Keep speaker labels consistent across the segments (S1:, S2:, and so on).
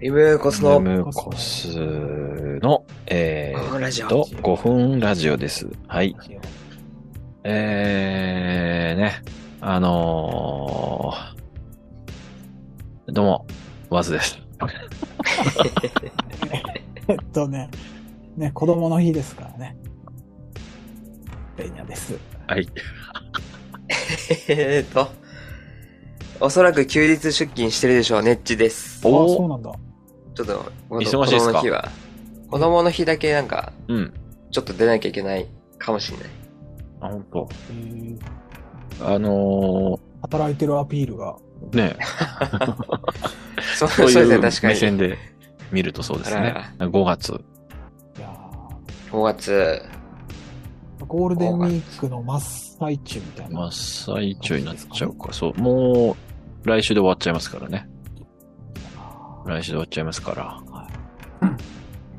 S1: リムーコスの
S2: ムーコスの、え
S1: 5
S2: ー、
S1: 分ラジオ。
S2: と、5分ラジオです。はい。えー、ね、あのー、どうも、ワズです。
S3: えっとね、ね、子供の日ですからね。ペニャです。
S2: はい。
S1: えーと、おそらく休日出勤してるでしょう、ネッチです。
S3: ああ、
S2: おー
S3: そうなんだ。
S1: ちょっと、この
S2: 忙しいです
S1: 子供の
S2: か
S1: 日は、子供の日だけなんか、
S2: うん。
S1: ちょっと出なきゃいけないかもし れない。
S2: あ、ほんと。
S3: えー
S2: あの
S3: 働いてるアピールが。
S2: ー、ね、
S1: そう
S2: そう
S1: そう
S2: い
S1: で
S2: う目
S1: すね、確か
S2: 線
S1: に。
S2: で見るとそうですね
S1: あ。
S2: 5月。
S3: いや
S1: 5月、
S3: ーゴールデンウィークの真っ最中みたい
S2: 真
S3: な。
S2: っ最中になっちゃうか。そう。もう、来週で終わっちゃいますからね。来週で終わっちゃいますから。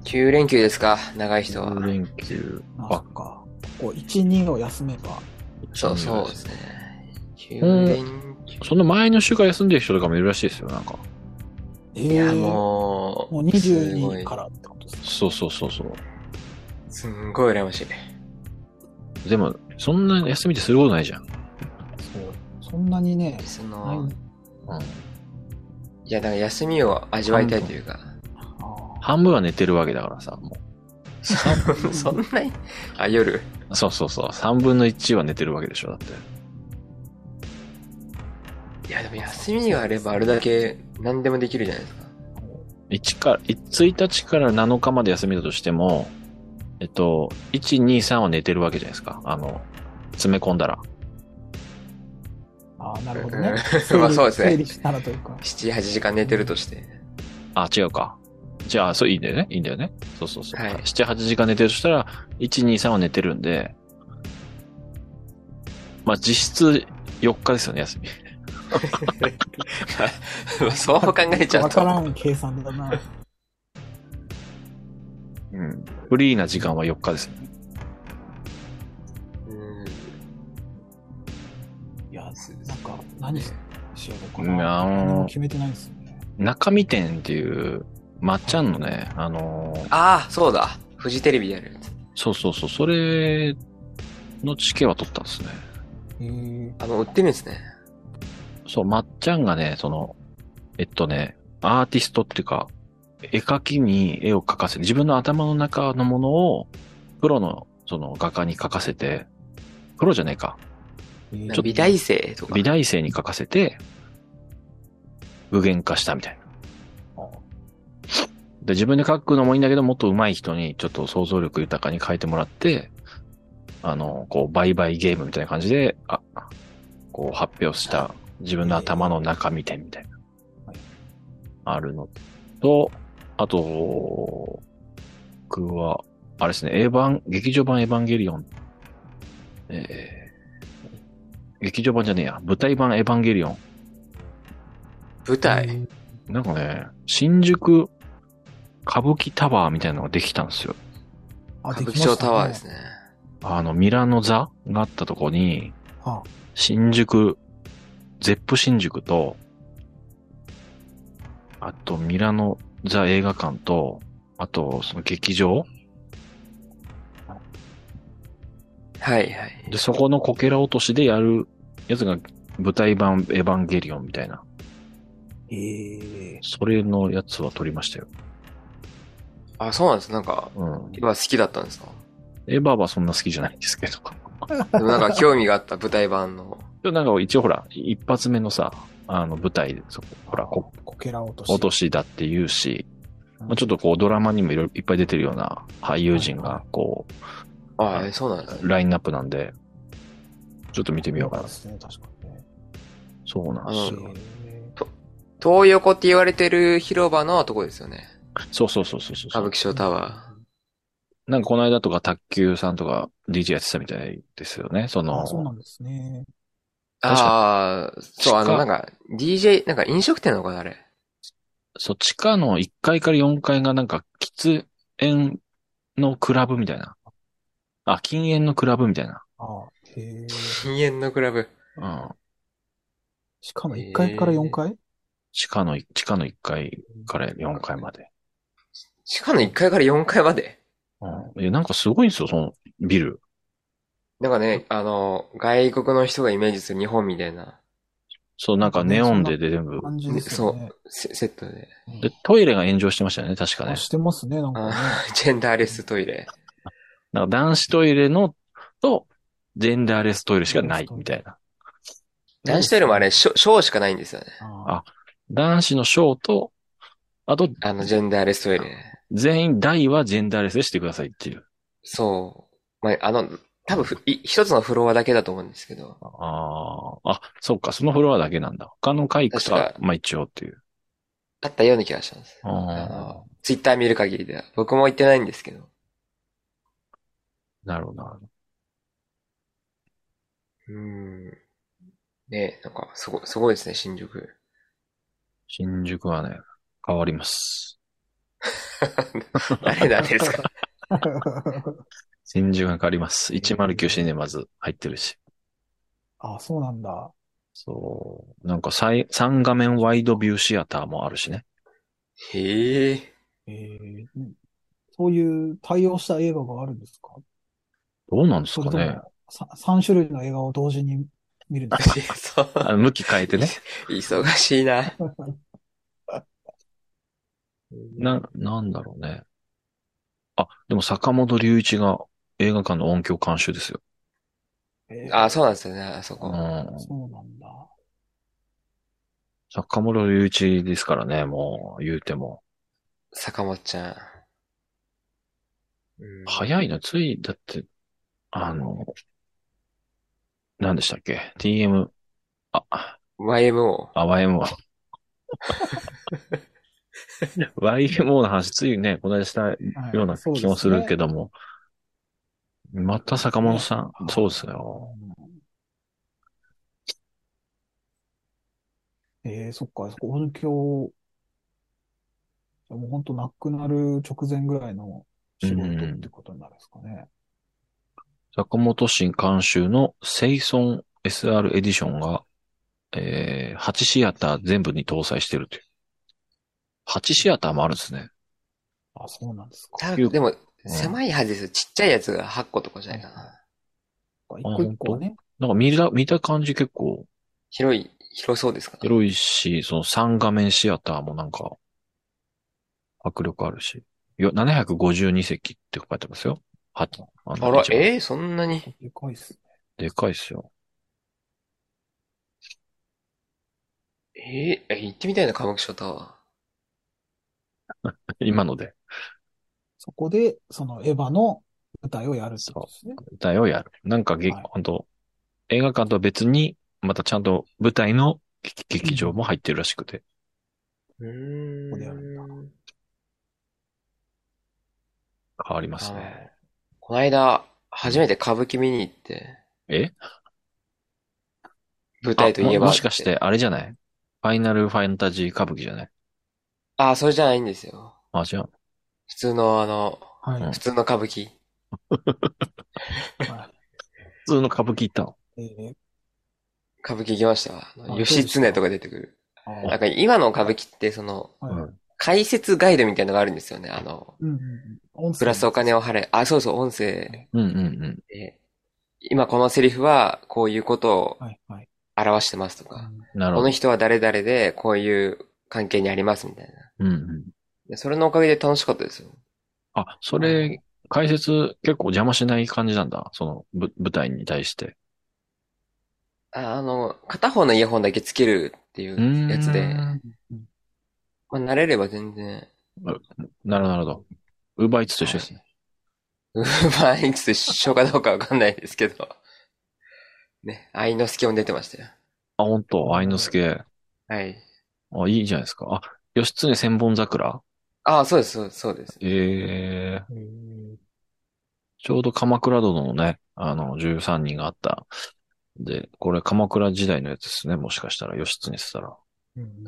S1: 9連休ですか、長い人は
S2: 9。連休。
S3: あ、そっか。こう、1、2を休めば。
S1: そうそう
S2: う
S1: ですね。
S2: うん
S1: 9連休。
S2: その前の週から休んでる人とかもいるらしいですよ、なんか。
S3: え
S1: いや、
S3: ー
S1: もう、
S3: もう
S1: すご
S3: 22
S1: い
S3: からってことですか。
S2: そうそうそうそう。
S1: すんごい羨ましい。
S2: でも、そんな休みってすることないじゃん。
S3: そう。そんなにね、
S1: そ
S3: ない
S1: の、
S2: うん。
S1: いや、だから休みを味わいたいというか、
S3: あ
S2: 半分は寝てるわけだからさ、も
S1: そんなに、あ、夜。
S2: う。そうそうそう。3分の1は寝てるわけでしょ、だって。
S1: いや、でも休みがあればあれだけ何でもできるじゃないですか。
S2: 1から、1日から7日まで休みだとしても、えっと、1、2、3は寝てるわけじゃないですか。あの、詰め込んだら。
S3: あー、なるほどね。
S1: うんまあそうですね
S3: 整理したらというか。
S1: 7、8時間寝てるとして。
S2: あ、違うか。じゃあ、そう、いいんだよね。いいんだよね。そうそうそう。
S1: はい
S2: 7、8時間寝てるとしたら、1、2、3は寝てるんで、まあ、実質4日ですよね、休み。
S1: そう考えちゃ
S3: わ
S1: うと
S3: か。らん計算だな。
S2: うん。フリーな時間は4日ですよね。
S1: うん
S3: いや、なんか、何しようか
S2: いや
S3: な。
S2: ー
S3: 何も決めてないですよね。
S2: 中見店っていう、まっちゃんのね、あのー
S1: ああ、そうだ。フジテレビでやるやつ。
S2: そうそうそう、それのチケは取ったんですね。
S3: えー
S1: あ、もう売ってるんですね。
S2: そう、まっちゃんがね、その、えっとね、アーティストっていうか、絵描きに絵を描かせて、自分の頭の中のものを、プロの、その画家に描かせて、プロじゃねえか、
S3: えー
S1: なん
S2: ち
S1: か
S2: ょっと
S1: 美大生とか。
S2: 美大生に描かせて、具現化したみたいな。で、自分で描くのもいいんだけど、もっと上手い人にちょっと想像力豊かに描いてもらって、あの、こう、売買ゲームみたいな感じで、あ、こう、発表した自分の頭の中みたいみたいな
S3: はい。
S2: あるのと、あと、僕は、あれですね、エヴァン、劇場版エヴァンゲリオン、えー劇場版じゃねえや、舞台版エヴァンゲリオン。
S1: 舞台。
S3: え
S2: なんかね、新宿歌舞伎タワーみたいなのができたんですよ。
S3: あ
S1: 歌舞伎町タワーです。ね。
S2: あの、ミラノ座があったとこに、
S3: できましたは
S2: 新宿、ゼップ新宿と、あとミラノザ映画館と、あとその劇場
S1: はいはい。
S2: で、そこのこけら落としでやるやつが舞台版エヴァンゲリオンみたいな。
S3: あえ
S2: それのやつは撮りましたよ。
S1: あ、そうなんです。なんか、
S2: うん。
S1: 今好きだったんですか
S2: エヴァはそんな好きじゃないんですけど。
S1: でもなんか興味があった舞台版の。
S2: でもなんか一応ほら、一発目のさ、あの舞台で、そこ、ほら、こ
S3: ー、こけら落とし。
S2: 落としだって言うし、まあ、ちょっとこうドラマにもいろいろいっぱい出てるような俳優陣がこ
S1: ああ、そうなんですね。
S2: う、ラインナップなんで、ちょっと見てみようかな
S3: で。すね、確かにね。
S2: そうなんですよ。
S3: え
S1: 東横って言われてる広場のとこですよね。
S2: そうそうそうそうそう
S1: 歌舞伎町タワ
S2: なんかこの間とか卓球さんとか DJ やってたみたいですよね。そ
S3: ー
S2: の、
S3: あ、そうなんですね。
S1: ー。
S2: 確か
S1: ああ、そう、あ
S2: 地下
S1: の、なんか、DJ、なんか飲食店なのかな、あれ。
S2: そう、地下の1階から4階がなんか喫煙のクラブみたいな。あ、禁煙のクラブみたいな。
S3: ああ、へえ。
S1: 禁煙のクラブ。
S2: うん。
S3: しかも1階から4階
S2: 地下の、地下の1階から4階まで。
S1: 地下の1階から4階まで。
S2: うん。え、なんかすごいんですよ、そのビル。
S1: なんかね、あの、外国の人がイメージする日本みたいな、
S2: そう、なんかネオンでで全部。
S3: 感じですよね。
S1: セセットで。
S2: で、トイレが炎上してましたよね、確かね
S3: あ。してますね、なんかね。
S1: あージェンダーレストイレ。
S2: なんか男子トイレの、と、ジェンダーレストイレしかない、みたいな。
S1: 男子トイレもあれ、ショショーしかないんですよね。
S3: あ
S2: 男子のショーと、あと、
S1: あの、ジェンダーレストイレ。
S2: 全員大はジェンダーレスでしてくださいっていう。
S1: そう。まあ、あの、多分ふい一つのフロアだけだと思うんですけど、
S2: ああ、あ、そうか、そのフロアだけなんだ。他の階行くとは
S1: 確、
S2: まあ一応っていう。
S1: あったような気がしたんです。あ
S2: ああ、
S1: の、ツイッター見る限りでは。僕も行ってないんですけど。
S2: なるほど、なるほど。
S1: うーん。ねえ、なんか、すご、すごいですね、新宿。
S2: 新宿はね、変わります。
S1: 誰なんですか
S2: 新宿が変わります。109シネマズ入ってるし。
S3: あ、そうなんだ。
S2: そう。なんか3、三画面ワイドビューシアターもあるしね。
S1: へえ。
S3: えーそういう対応した映画があるんですか
S2: どうなんです
S3: そ
S2: か
S3: れと
S2: ね。
S3: も、さ三種類の映画を同時に見るんですか
S1: そう。
S2: あ向き変えてね。
S1: 忙しいな。
S2: な、なんだろうね。あ、でも坂本隆一が映画館の音響監修ですよ。
S3: えー
S1: あ、そうなんですよね、あそうこ。
S2: ん。
S3: そうなんだ。
S2: 坂本隆一ですからね、もう、言うても。
S1: 坂本ちゃん。うん
S2: 早いな、つい、だって、あの、何でしたっけ ?TM、あ、あ、
S1: YMO。
S2: YMO。YMO の話、ついね、この間したよ
S3: はいう
S2: な気もするけども、また坂本さん、そうですよ。
S3: えー、そっか、そこ音響、じゃあもう本当亡くなる直前ぐらいの仕事ってことになるんですかね。
S2: 坂本新監修のセイソン SR エディションが、えー、8シアター全部に搭載してるという。8シアターもあるんですね。
S3: あ、そうなんですか。
S1: 多
S2: 九
S1: 分で
S2: 個
S1: も、狭いはずですよ。ちっちゃいやつが8個とかじゃないかな。
S3: 一個一個はね。
S2: なんか見た、見た感じ結構
S1: 広い、広そうですか
S2: 広いし、その3画面シアターもなんか、迫力あるし。よ、752席って書いてますよ。は、あ
S1: あら、
S2: 一番
S1: えーそんなに。
S3: でかいっすね。
S2: でかいっすよ。
S1: えーえ、行ってみたいな、歌舞伎町タワ
S2: 今ので、
S3: そこで、そのエヴァの舞台をやるってことですね。
S2: 歌をやる。なんかげ、
S3: はい
S2: ほんと、映画館とは別に、またちゃんと舞台の劇劇場も入ってるらしくて。
S1: ー。うーん。
S3: ここでやるんだ
S2: 変わります
S1: あの
S2: ね。
S1: この間、初めて歌舞伎見に行って、
S2: え
S1: 舞
S2: あ
S1: 台といえば
S2: も
S1: っ
S2: もしかして、。あれじゃないファイナルファンタジー歌舞伎じゃない
S1: あ、それじゃないんですよ。
S2: あ、じゃあ、
S1: 普通の、あの、
S3: はい。
S2: うん
S1: 普通の歌舞伎。
S3: は
S2: 普通の歌舞伎行ったの
S3: いえー
S1: 歌舞伎行きましたわ。あの
S3: あ
S1: 義経とか出てくる。
S3: あー
S1: なんか今の歌舞伎って、その、
S3: はい
S2: うん
S1: 解説ガイドみたいなのがあるんですよね。あの、
S3: うんうんうん。音声
S1: プラスお金を払え。あ、そうそう、音声
S2: うんうんうん。
S1: で、今このセリフはこういうことを
S3: はいはい。
S1: 表してますとか、
S2: なる
S1: この
S2: ほど。
S1: 人は誰々でこういう関係にありますみたいな。
S2: うんうん。
S1: でそれのおかげで楽しかったですよ。
S2: あ、それ、解説結構邪魔しない感じなんだ。その、ぶ舞台に対して。
S1: ああの、片方のイヤホンだけつけるっていうやつ
S2: う
S1: で、
S2: ん
S1: まあ、慣れれば全然、
S2: なるほどなるほど。ウーバーイーツと一緒ですね。
S1: ウーバーイーツと一緒かどうかわかんないですけど、 ね、愛之助も出てましたよ。
S2: あ、本当愛之助。
S1: はい。
S2: あ、いいじゃないですか。あ、義経千本桜
S1: ああ、そうです、そうですそうです。
S2: ええちょうど鎌倉殿のね、あの、13人があった。で、これ鎌倉時代のやつですね。もしかしたら、義経したら。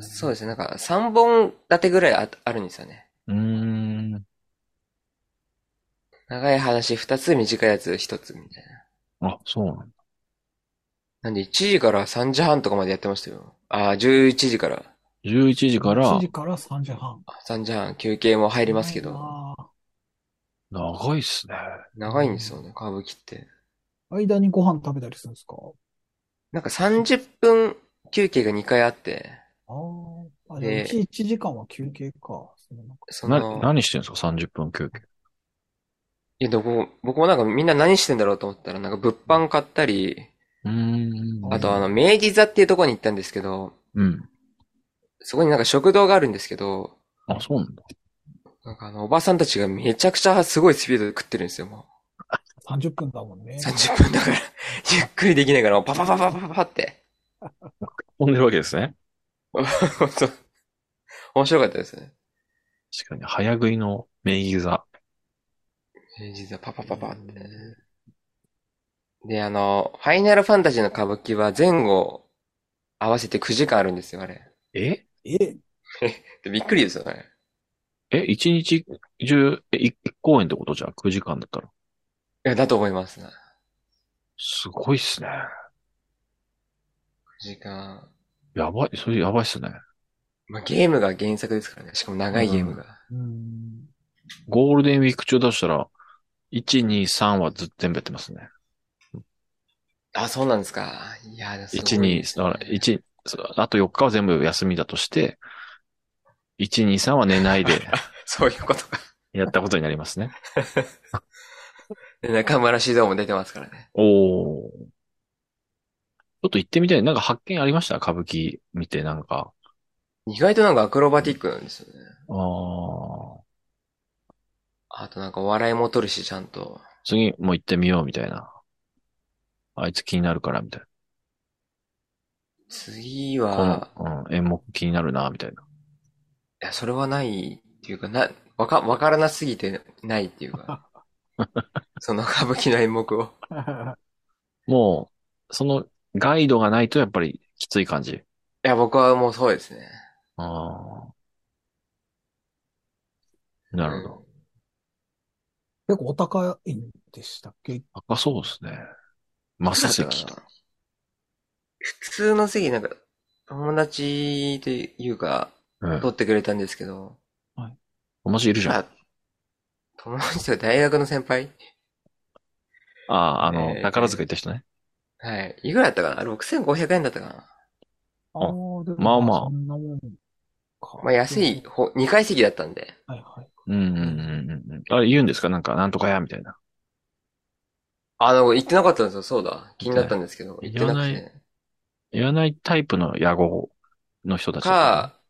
S1: そう
S3: う
S1: ですね、なんか3本立てぐらいああるんですよね。
S2: うーん。
S1: 長い話2つ、短いやつ1つみたいな。
S2: あ、そうなんだ。
S1: なんで1時から3時半とかまでやってましたよ。ああ、11時から。
S2: 11時から
S3: 1時から3時半。
S1: 3時半、休憩も入りますけど、
S3: あー
S2: 長いっすね。
S1: 長いんですよね、歌舞伎って。
S3: 間にご飯食べたりするんですか
S1: なんか30分休憩が2回あって、
S3: あーあ。
S1: で
S3: でも1、1時間は休憩か。そのなんか
S1: そ
S2: な、
S1: の、
S2: 何してるんですか ?30 分休憩。
S1: いや、どこ、僕もなんかみんな何してんだろうと思ったら、なんか物販買ったり、
S2: うーん。
S1: あとあの、明治座っていうところに行ったんですけど、
S2: うん。
S1: そこになんか食堂があるんですけど、
S2: あ、そうなんだ。
S1: なんかあの、おばさんたちがめちゃくちゃすごいスピードで食ってるんですよ、も
S3: 30分だもんね
S1: う。。30分だから、 ゆっくりできないから、パパパパパパって。
S2: 飛んでるわけですね。
S1: そう面白かったですね。
S2: 確かに、早食いの名義座。
S1: 明治座パパパパって。で、あの、ファイナルファンタジーの歌舞伎は前後合わせて9時間あるんですよ、あれ。
S2: え
S3: え、
S1: でびっくりですよね。
S2: え、一日中、え、一一公演ってことじゃん ?9 時間だったら。
S1: いや、だと思います。9
S2: すごいっすね。
S1: 時間。
S2: やばい、それやばいっすね。
S1: まあ、ゲームが原作ですからね。しかも長いゲームが。
S3: うん。
S2: ゴールデンウィーク中だとしたら、1、2、3はずっと全部やってますね。
S1: あ、そうなんですか。いや、すごい
S2: 1、2、
S1: ですね
S2: だから、1、そうあと4日は全部休みだとして、1、2、3は寝ないで
S1: そういうことか。
S2: やったことになりま すね。
S1: で中村獅童も出てますからね。
S2: おー。ちょっと行ってみたい。なんか発見ありました歌舞伎見て、なんか。
S1: 意外となんかアクロバティックなんですよね。
S2: あー。
S1: あとなんかお笑いも取るし、ちゃんと。
S2: 次もう行ってみようみたいな。あいつ気になるからみたい
S1: 次
S2: な。
S1: は、
S2: この、うん、演目気になるなみたいな。
S1: いや、それはないっていうか、な、わか、わからなすぎてないっていうか。 その歌舞伎の演目を。
S2: もう、そのガイドがないとやっぱりきつい感じ。
S1: いや、僕はもうそうですね。
S2: ああ。なるほど。
S3: 結構お高いんでしたっけ
S2: 高そうですね。マス席。
S1: 普通の席、なんか、友達というか、
S2: うん。
S1: 取ってくれたんですけど、
S2: 友達いるじゃん。あ
S1: あ友達というか大学の先輩
S2: あー、あの、
S1: えー
S2: 宝塚行った人ね。
S1: はい。いくらだったかな ?6500 円だったかな
S3: あーでも
S2: まあまあ
S3: そんなもんか。
S1: まあ安い、ほ2階席だったんで。
S3: はいはい。
S2: うん、うん、うんうん。あれ言うんですかなんか、なんとかやみたいな。
S1: あの、行ってなかったんですよ、そうだ。気になったんですけど、行ってなく
S2: 言
S1: て。
S2: 言わないタイプの野号の人たちだったね。
S1: か、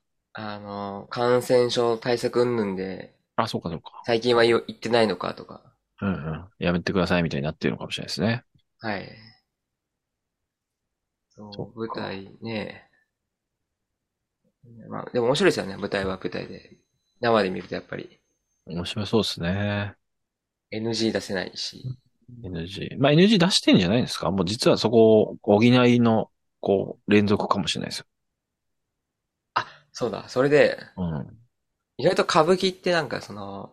S1: あの、感染症対策云々で、
S2: あ、そうか、そうか。
S1: 最近はよ行ってないのかとか。
S2: うんうん。やめてくださいみたいになってるのかもしれないですね。
S1: はい。そう、
S2: そっか
S1: 舞台ね。まあ、でも面白いですよね、舞台は舞台で。生で見るとやっぱり
S2: 面白そうですね。
S1: NG 出せないし。
S2: NG。まあ、NG 出してんじゃないですかもう実はそこを補いの、こう、連続かもしれないですよ。
S1: そうだ、それで、
S2: うん。
S1: 意外と歌舞伎ってなんかその、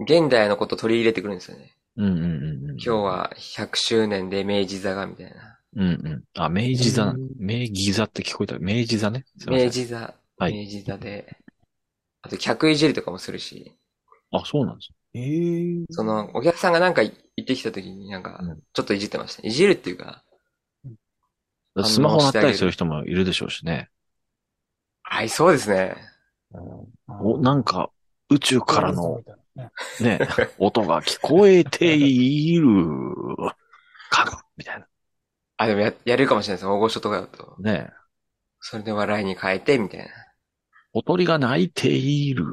S1: 現代のこと取り入れてくるんですよね。
S2: うんうんうんうん。
S1: 今日。は100周年で明治座がみたいな。
S2: うんうん。あ、明治座な
S3: うん、
S2: 明治座って聞こえた。明治座ね。すいません
S1: 明。治座、
S2: はい
S1: 明治座で。あと客いじりとかもするし、
S2: あ、そうなんです
S3: ええ
S1: そのお客さんがなんか行ってきた時になんか
S2: うん
S1: ちょっといじってました。いじるっていうか、
S2: よ。スマホ鳴ったりする人もいるでしょうしね。
S1: はい、そうですね。
S2: お、なんか、宇宙からの、。ね、音が聞こえている。かぐみたいな。
S1: あ、でもや、やれるかもしれないです。大御所とかだと。
S2: ね。
S1: それで笑いに変えて、みたいな。
S2: おとりが鳴いている。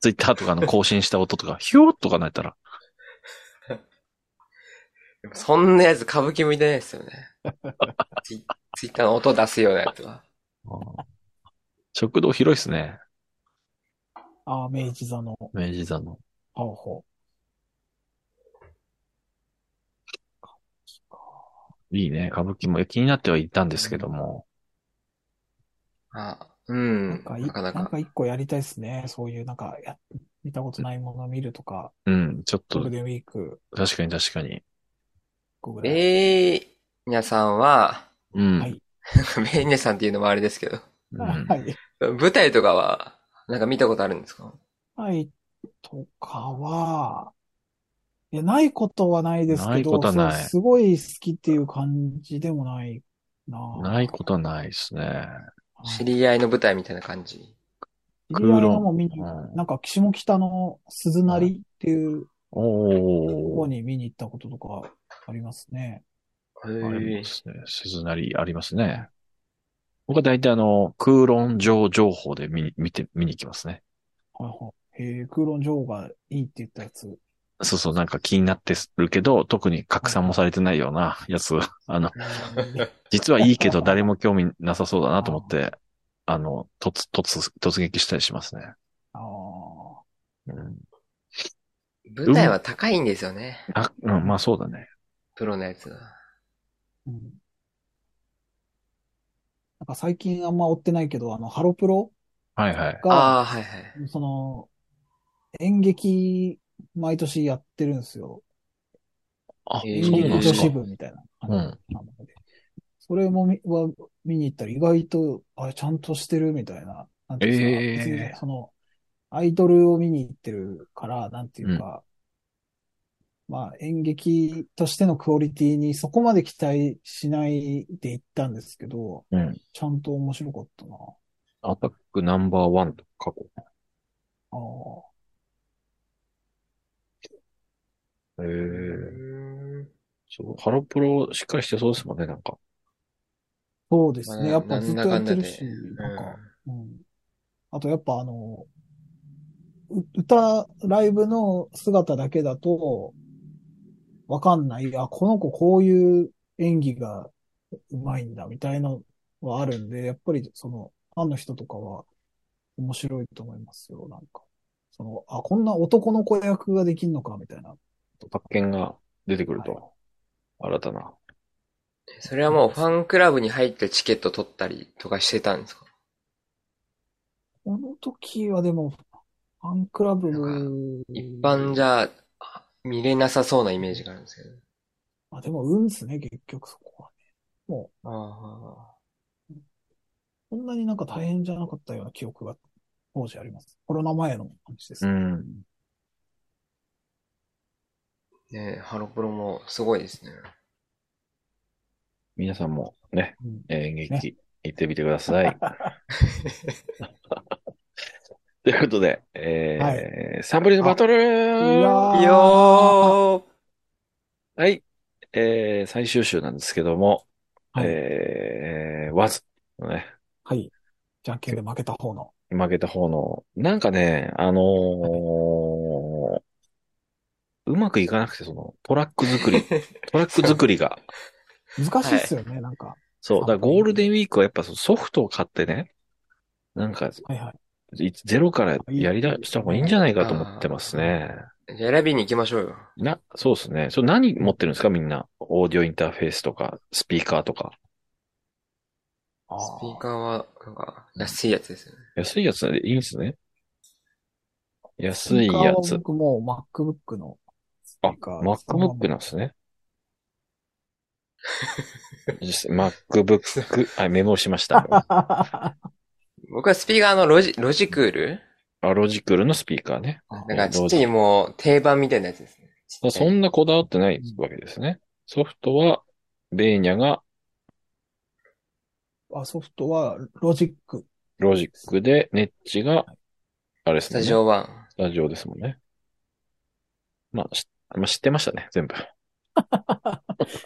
S2: ツイッターとかの更新した音とか、ヒューッとか鳴いたら、
S1: でもそんなやつ歌舞伎向いてない ですよね。ツイツイッターの音出すようなやつは。
S2: 食堂広いですね。
S3: ああ、明治座の、
S2: 明治座の。
S3: ほうほ
S2: いいね。歌舞伎も気になってはいたんですけども。
S1: あ、う
S3: う。
S1: ん。
S3: なんかい、
S1: なかな
S3: なん
S1: か
S3: か。一個やりたいですね。そういう、なんか、や、見たことないもの見るとか、
S2: うん、ちょっ
S3: ゴール
S2: と、
S3: デンウィーク、
S2: 確かに確かに。
S3: こうぐらい。
S1: えー、皆さんは、
S2: うん。
S3: はい
S1: なんかベーネさんっていうのもあれですけど。
S2: うん
S3: はい。
S1: 舞台とかは、なんか見たことあるんですか
S3: はい。とかは、いや、ないことはないですけど、
S2: ないことはない
S3: そうすごい好きっていう感じでもないな。
S2: ないことはないですね。
S3: はい
S1: 知り合いの舞台みたいな感じ。
S3: 知り合いのも見に
S2: うん
S3: なんか、下北の鈴なりっていう
S2: お
S3: 方
S2: ー。
S3: に見に行ったこととかありますね。
S1: へ
S2: あり
S1: え
S2: ま。すね。鈴なりありますね。僕は大体あの、空論上情報で見に、見て、見に行きますね。
S3: はいはい。えー、空論女王がいいって言ったや つ。
S2: そうそう、なんか気になってるけど、特に拡散もされてないようなやつ。あの、実はいいけど誰も興味なさそうだなと思って、あの、突、突、突撃したりしますね。
S3: ああ。
S2: うん。
S1: 舞台は高いんですよね。
S2: あ、うん、まあそうだね。
S1: プロのやつは。
S3: うんなんか最近あんま追ってないけど、あの、ハロプロ
S2: はいはい。
S3: が、
S1: ああ、はいはい。
S3: その、演劇、毎年やってるんですよ。
S2: あ、
S1: えー
S2: そう
S3: 演
S2: なんで
S3: 劇
S2: す
S3: 女子
S2: か。
S3: 部みたいな。
S2: うん
S3: あのそれも見は見に行ったら意外と、あれちゃんとしてるみたいな。なんていうんですか
S2: えー
S3: 別にその、アイドルを見に行ってるから、なんていうか、まあ演劇としてのクオリティにそこまで期待しないで行ったんですけど、
S2: うん。
S3: ちゃんと面白かったな。
S2: アタックナンバーワンと過去。
S3: ああ、
S1: う
S2: ええ。
S1: ーん
S2: そう、ハロプロしっかりしてそうですもんね、なんか。
S3: そうで
S1: ますあ
S3: ね。やっぱずっとやってるし、
S1: なんだ
S3: なん
S1: かんだ
S3: か
S1: で、
S3: うん。あとやっぱあの、う歌、ライブの姿だけだと、わかんない。あ、この子こういう演技がうまいんだ、みたいのはあるんで、やっぱりその、ファンの人とかは面白いと思いますよ、なんか。その、あ、こんな男の子役ができんのか、みたいな。
S2: 発見が出てくると、新たな。
S1: うんそれはもうファンクラブに入ってチケット取ったりとかしてたんですか
S3: この時はでも、ファンクラブ
S1: 一般じゃあ見れなさそうなイメージがあるんですけど。
S3: まあでも、運っすね、結局そこはね。
S1: あ
S3: こんなになんか大変じゃなかったような記憶が当時あります。コロナ前の話です。
S2: ん。
S1: あ。ねえハロプロもすごいですね。
S2: 皆さんもね、
S3: うん
S2: 演劇行ってみてくださ い。ということで、えー
S3: は
S2: サンプリのバトル
S3: いやーあ
S1: いやー
S2: はい。えー、最終週なんですけども、
S3: はい
S2: えー、わず、ね、
S3: はい。じゃんけんで負けた方の。
S2: 負けた方の、なんかね、あのーうまくいかなくて、その、トラック 作り、トラック作りが、
S3: 難しいっすよね、なんか。
S2: そう、だからゴールデンウィークはやっぱそのソフトを買ってね、なんか、
S3: はいはい。
S2: いゼロからやりだした方がいいんじゃないかと思ってますね。
S1: じゃあ選びに行きましょうよ。
S2: な、そうですね。それ何持ってるんですかみんな。オーディオインターフェースとか、スピーカーとか。
S3: あ
S1: スピー
S3: ー
S1: カーは、なんか、安いやつですよね。
S2: 安いやつでいいんですね。安い
S3: スピーカー
S2: や
S3: は
S2: つ。
S3: 僕もう MacBook のスピ
S2: あ
S3: ー、カー。
S2: MacBook なんですね。実 際 MacBook、あ、メモしました。
S3: な。
S1: 僕はスピーカーのロジ、ロジクール
S2: あロジクルのスピーカーね。
S1: なんかちっちゃいもう定番みたいなやつですね。
S2: まあそんなこだわってないわけですね。ソフトは、ベーニャが
S3: あソフトはロジック。
S2: ロジックで、ネッチが、あれで
S1: ス
S2: すも
S1: タ
S2: んね。
S1: ジオ1。
S2: スタジオですもんね。まあ、しまあ、知ってましたね、全部。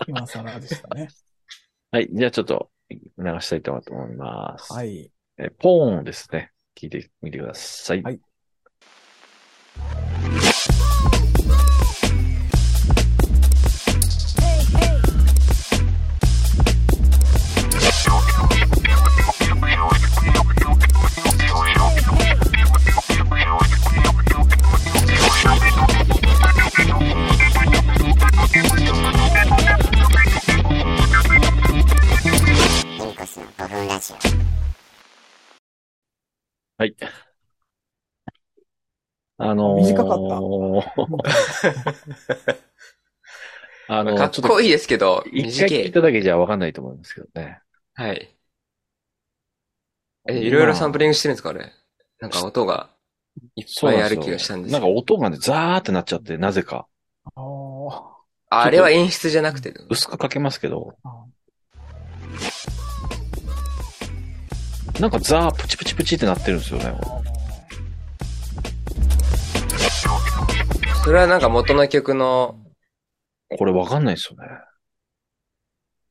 S3: 今更でした ね。
S2: はい、じゃあちょっと流したいと思います。。
S3: はいい。
S2: え、ポーンをですね。聞いてみてください。
S3: はい
S4: ミンコスの5分ラジオ。
S2: はい。あのー、
S3: 短かっ
S2: あのー
S1: かっ
S2: ちょっ
S1: こといいですけど、
S2: 一回
S1: 短
S2: 聞い
S1: い。
S2: ただけじゃわかんないと思うんですけどね。
S1: はい。え、いろいろサンプリングしてるんですかあれ。なんか音がいっぱいある気がしたんです
S2: な
S1: け
S2: ん
S1: ど
S2: か音がね、ザーってなっちゃって、なぜか。
S3: あー
S1: ああれは演出じゃなくて。
S2: 薄くかけますけど、
S3: あ
S2: なんかザープチプチプチってなってるんですよね。
S1: それはなんか元の曲の、
S2: これわかんないですよね。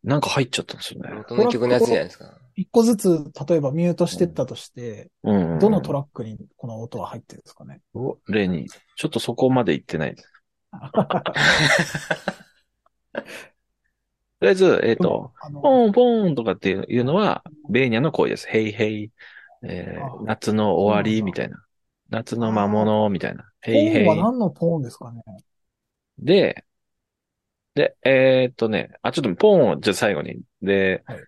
S2: なんか入っちゃったんですよね。
S1: 元の曲のやつじゃないですか。
S3: 一個ずつ、例えばミュートしてったとして、
S2: うん、
S3: どのトラックにこの音は入ってるんですかね。
S2: ッレニー。ちょっとそこまで行ってない。と りあえず、えっ、と、
S3: あの、
S2: ポンポンとかっていうのは、ベーニャの声です。ヘイヘイ。えー
S3: あ
S2: 夏の終わりみたいな。夏の魔物みたいな。
S3: ポ
S2: ヘイヘ
S3: ーン
S2: イ
S3: は。何のポーンですかね。
S2: で、で、えーっとね、あ、ちょっとポンを、じゃあ最後に。で
S3: はい、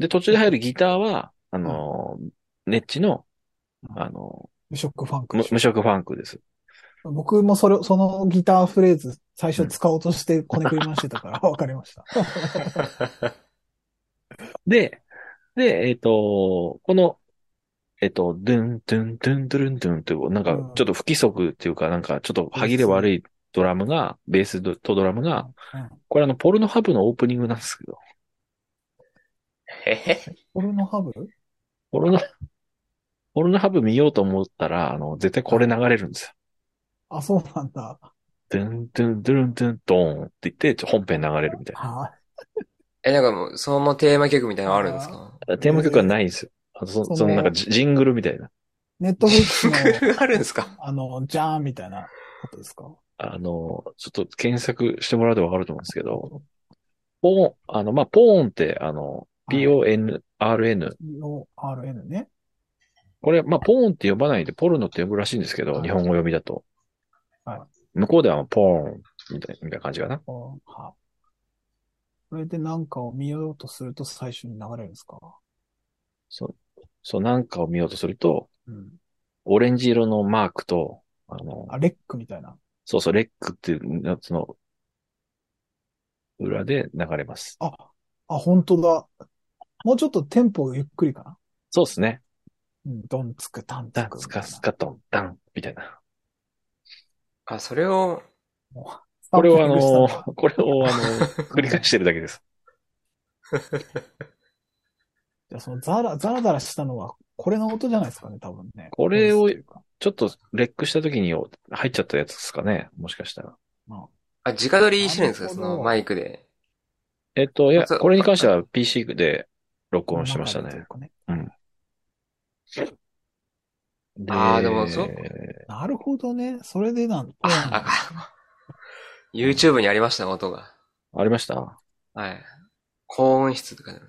S2: で、途中で入るギターは、あのー、ネッチの、あの
S3: 無色ファン
S2: ー、
S3: ク
S2: む。無色ファンクです。
S3: 僕もそれ、そのギターフレーズ、最初使おうとしてこねくり回して たから、わかりました。
S2: で、で、えっ、と、この、えっ、と、ドゥン、ドゥン、ドゥン、ドゥルン、ドゥンっていう、なんか、
S3: うん
S2: ちょっと不規則っていうか、なんか、ちょっと歯切れ悪いドラムが、ベースとドラムが、
S3: うん
S2: これあの、ポルノハブのオープニングなんですけど、
S1: へへ
S3: ポルノハブ
S2: ポルノ、ポルノハブ見ようと思ったら、あの、絶対これ流れるんですよ。
S3: あ、そうなん だ。
S2: ドゥン、ドゥン、ドゥルン、ドゥン、ドーンって言って、ちょ本編流れるみたい
S3: は
S1: え、なんかもう、そのテーマ曲みたいなのあるんですか
S2: な。テーマ曲はないんですよ。あとそ
S3: そ
S2: の、
S3: う
S2: そのなんかジ、ジングルみたいな。
S3: い。ネットフリックスの、
S1: あるんですか
S3: あの、じゃーんみたいなことですか
S2: あの、ちょっと検索してもらうとわかると思うんですけど、ポーン、あの、まあ、ポーンって、あの、P-O-N-R-N。
S3: ?RN ね。
S2: これ、まあ、ポーンって呼ばないで、ポルノって呼ぶらしいんですけど、
S3: はい
S2: 日本語読みだと
S3: は。
S2: 向こうではポーンみたいみたいな感じかな。
S3: うんはこれでなんかを見ようとすると最初に流れるんですか
S2: そう、そう、なんかを見ようとすると、
S3: うん。
S2: オレンジ色のマークと、あの、
S3: あ、レックみたいな。
S2: そうそう、レックっていうやつの裏で流れます。
S3: あ、あ、本当だ。もうちょっとテンポゆっくりかな。
S2: そうですね。
S3: うん、ドンつく、タンつ
S2: ダン
S3: くみ
S2: ス
S3: た
S2: カ
S3: いな。
S2: スカトン、ダン、みたいな。
S1: あ、それを、
S2: これをあ
S3: サンプリングしたんだ
S2: の、これをあの、繰り返してるだけです。
S3: じゃあそのザラ、ザラザラしたのは、これの音じゃないですかね、多分ね。
S2: これを
S3: 音質というか
S2: ちょっとレックした時に入っちゃったやつですかね。もしかしたら。
S1: あ、直撮りしてるんですか
S3: な
S1: そ
S3: るほど
S1: のマイクで。
S2: えっと、いや、
S1: あそう
S2: これに関しては PC で録音しました
S3: 生という
S2: ね。
S3: かね
S2: で
S1: あーでもそう
S3: なるほどね。それでなん
S1: あ、あ YouTube にありました、音が。
S2: ありました
S1: はい。高音質とかね。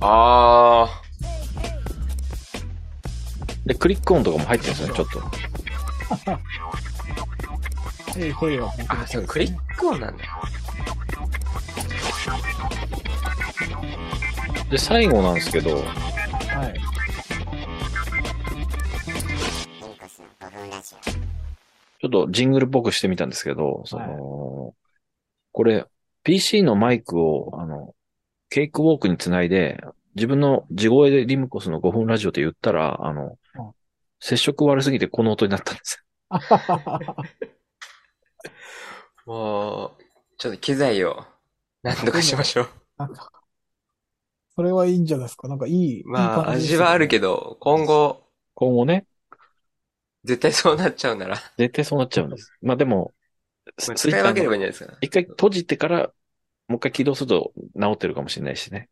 S1: ああ。
S2: で、クリック音とかも入ってるんですよね、ちょっと。
S3: ええ、声は本当
S1: あ、
S3: にそ
S1: そうう、
S3: ですね
S1: クリック音なんだ。
S2: で、最後なんですけど、
S3: はい。
S4: 文化の5分ラジオ
S2: ちょっとジングルっぽくしてみたんですけど、その、これ、PC のマイクを、あの、ケークウォークにつないで、自分の地声でリムコスの5分ラジオって言ったら、あの
S3: うん、
S2: 接触悪すぎてこの音になったんです。
S1: もう、ちょっと機材を、何とかしましょう。
S3: なんか、それはいいんじゃないですか。なんかいい。
S1: まあ、味はある
S3: ど。
S1: けど、今後、
S2: 今後ね、
S1: 絶対そうなっちゃうなら、
S2: 絶対そうなっちゃうんです。まあでも、
S1: まあ
S2: ス
S1: 使
S2: イ
S1: い
S2: ッチ
S1: 分けれ
S2: あ
S1: ば
S2: の
S1: いいんじゃないですか。
S2: 一回閉じてから、もう一回起動すると治ってるかもしれないしね。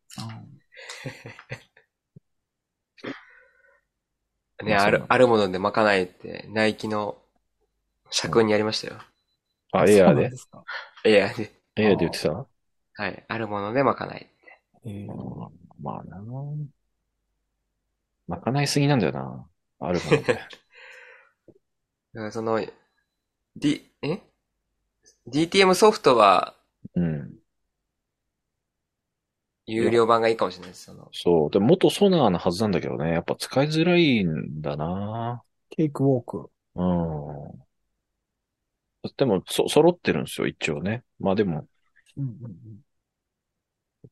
S1: ね、
S2: まあ
S1: あ
S2: そ
S1: る
S2: う、
S1: あるものでまかないって、ナイキの社訓にありましたよ。
S2: あ、エアーで。
S3: すか。
S1: いや、で
S2: エアーで言ってた
S1: はい。あるものでまかない。
S3: ええ
S2: うんまあな。まかないすぎなんだよな。あるも ので。
S1: だからその、D、え ?DTM ソフトは、
S2: うん。
S1: 有料版がいいかもしれないです。その、
S2: そう。で、元ソナーなはずなんだけどね。やっぱ使いづらいんだな。
S3: ケークウォーク。
S2: うん。でも、そ、揃ってるんですよ、一応ね。まあでも、
S3: うんうんうん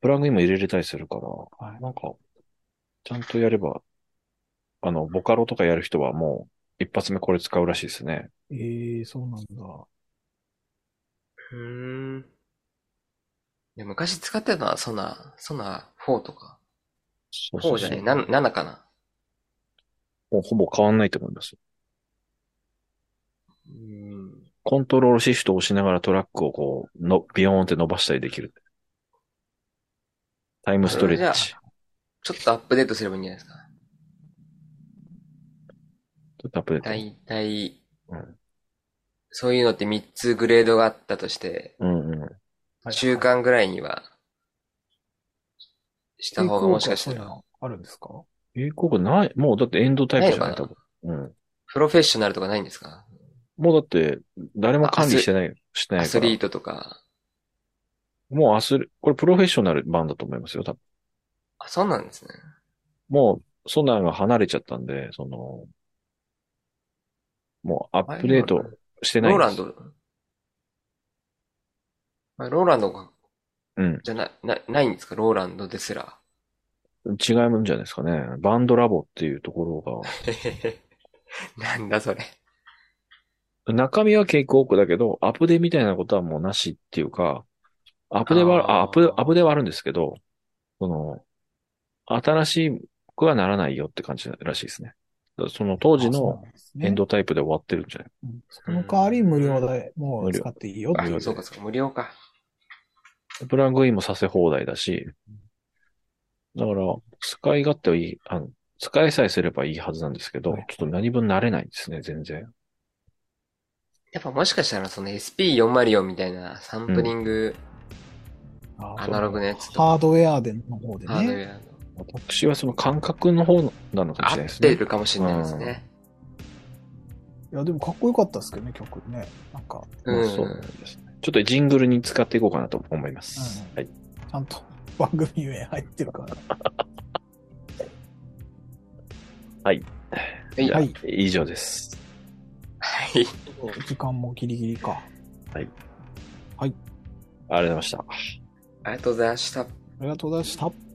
S2: プラグインも入れれたりするから、
S3: はい
S2: なんか、ちゃんとやれば、あの、ボカロとかやる人はもう、一発目これ使うらしいですね。
S3: ええそうなんだ。
S1: うーん。いや、昔使ってたのは、ソナ、ソナ4とか。
S2: そう
S1: 4じゃない、な7かな。
S2: もうほぼ変わんないと思います。
S1: うーん。
S2: コントロールシフトを押しながらトラックをこう、の、ビヨーンって伸ばしたりできる。タイムストレッチ。
S1: ちょっとアップデートすればいいんじゃないですか。
S2: ちょっとアップデート。
S1: だいたい
S2: うん、
S1: そういうのって3つグレードがあったとして、
S2: うんうん。
S1: 中間ぐらいには、した方がもしかした
S3: そういう
S1: ら、
S3: のあるんですか
S2: 英国ない、もうだってエンドタイプじゃない、
S1: ない
S2: 多
S1: の
S2: 分。うん。
S1: プロフェッショナルとかないんですか
S2: もうだって、誰も管理してない、して
S1: ア
S2: ないか
S1: ス
S2: ら
S1: リー。トとか。
S2: もうアスリ、これプロフェッショナル版だと思いますよ、多分。
S1: あ、そうなんですね。
S2: もう、ソナーが離れちゃったんで、その、もうアップデートしてない
S1: ロー
S2: んで
S1: ラ
S2: す
S1: ンド。あローランドが、
S2: うん。
S1: じゃな、な、ないんですかローランドですら。
S2: 違うんじゃないですかね。バンドラボっていうところ
S1: へへへなんだそれ。
S2: が、中身は結構多くだけど、アップデみたいなことはもうなしっていうか、アップデは、あ
S1: あー
S2: アップ、アップデはあるんですけど、その、新しくはならないよって感じらしいですね。だからその当時
S3: あそう
S2: の
S3: なんですね
S2: エンドタイプで終わってるんじゃない
S3: うんその代わり無料でもう使っていいよっていう
S1: あ、そうかそうか、無料か。
S2: プラグインもさせ放題だし、だから、使い勝手はいい、あの、使いさえすればいいはずなんですけど、ち
S3: は
S2: ょ
S3: い
S2: っと何分慣れないんですね、全然。
S1: やっぱもしかしたらその SP404 みたいなサンプリング
S3: あ
S1: アナログのやつとか、
S3: ハードウェアでの方で
S1: ハードウ
S3: ね。
S1: ェアの、
S2: 私はその感覚の方なのか
S1: 合
S2: もしれないで
S1: っ
S2: すね。
S1: てるかもしれないですね。
S3: いや、でもかっこよかったですけどね、曲ね。なんか、
S1: う
S2: まあ
S1: ん。
S2: そうなんですね。ちょっとジングルに使っていこうかなと思います。
S3: うん
S2: はい。
S3: ちゃんと番組名入ってるから。
S1: はい
S2: じゃあ
S3: はい
S2: 以上です。
S1: はい。
S3: 時間もギリギリか。
S2: あ
S3: あ
S2: りがとうございました。
S1: ありがとうございました。
S3: りがとうございました。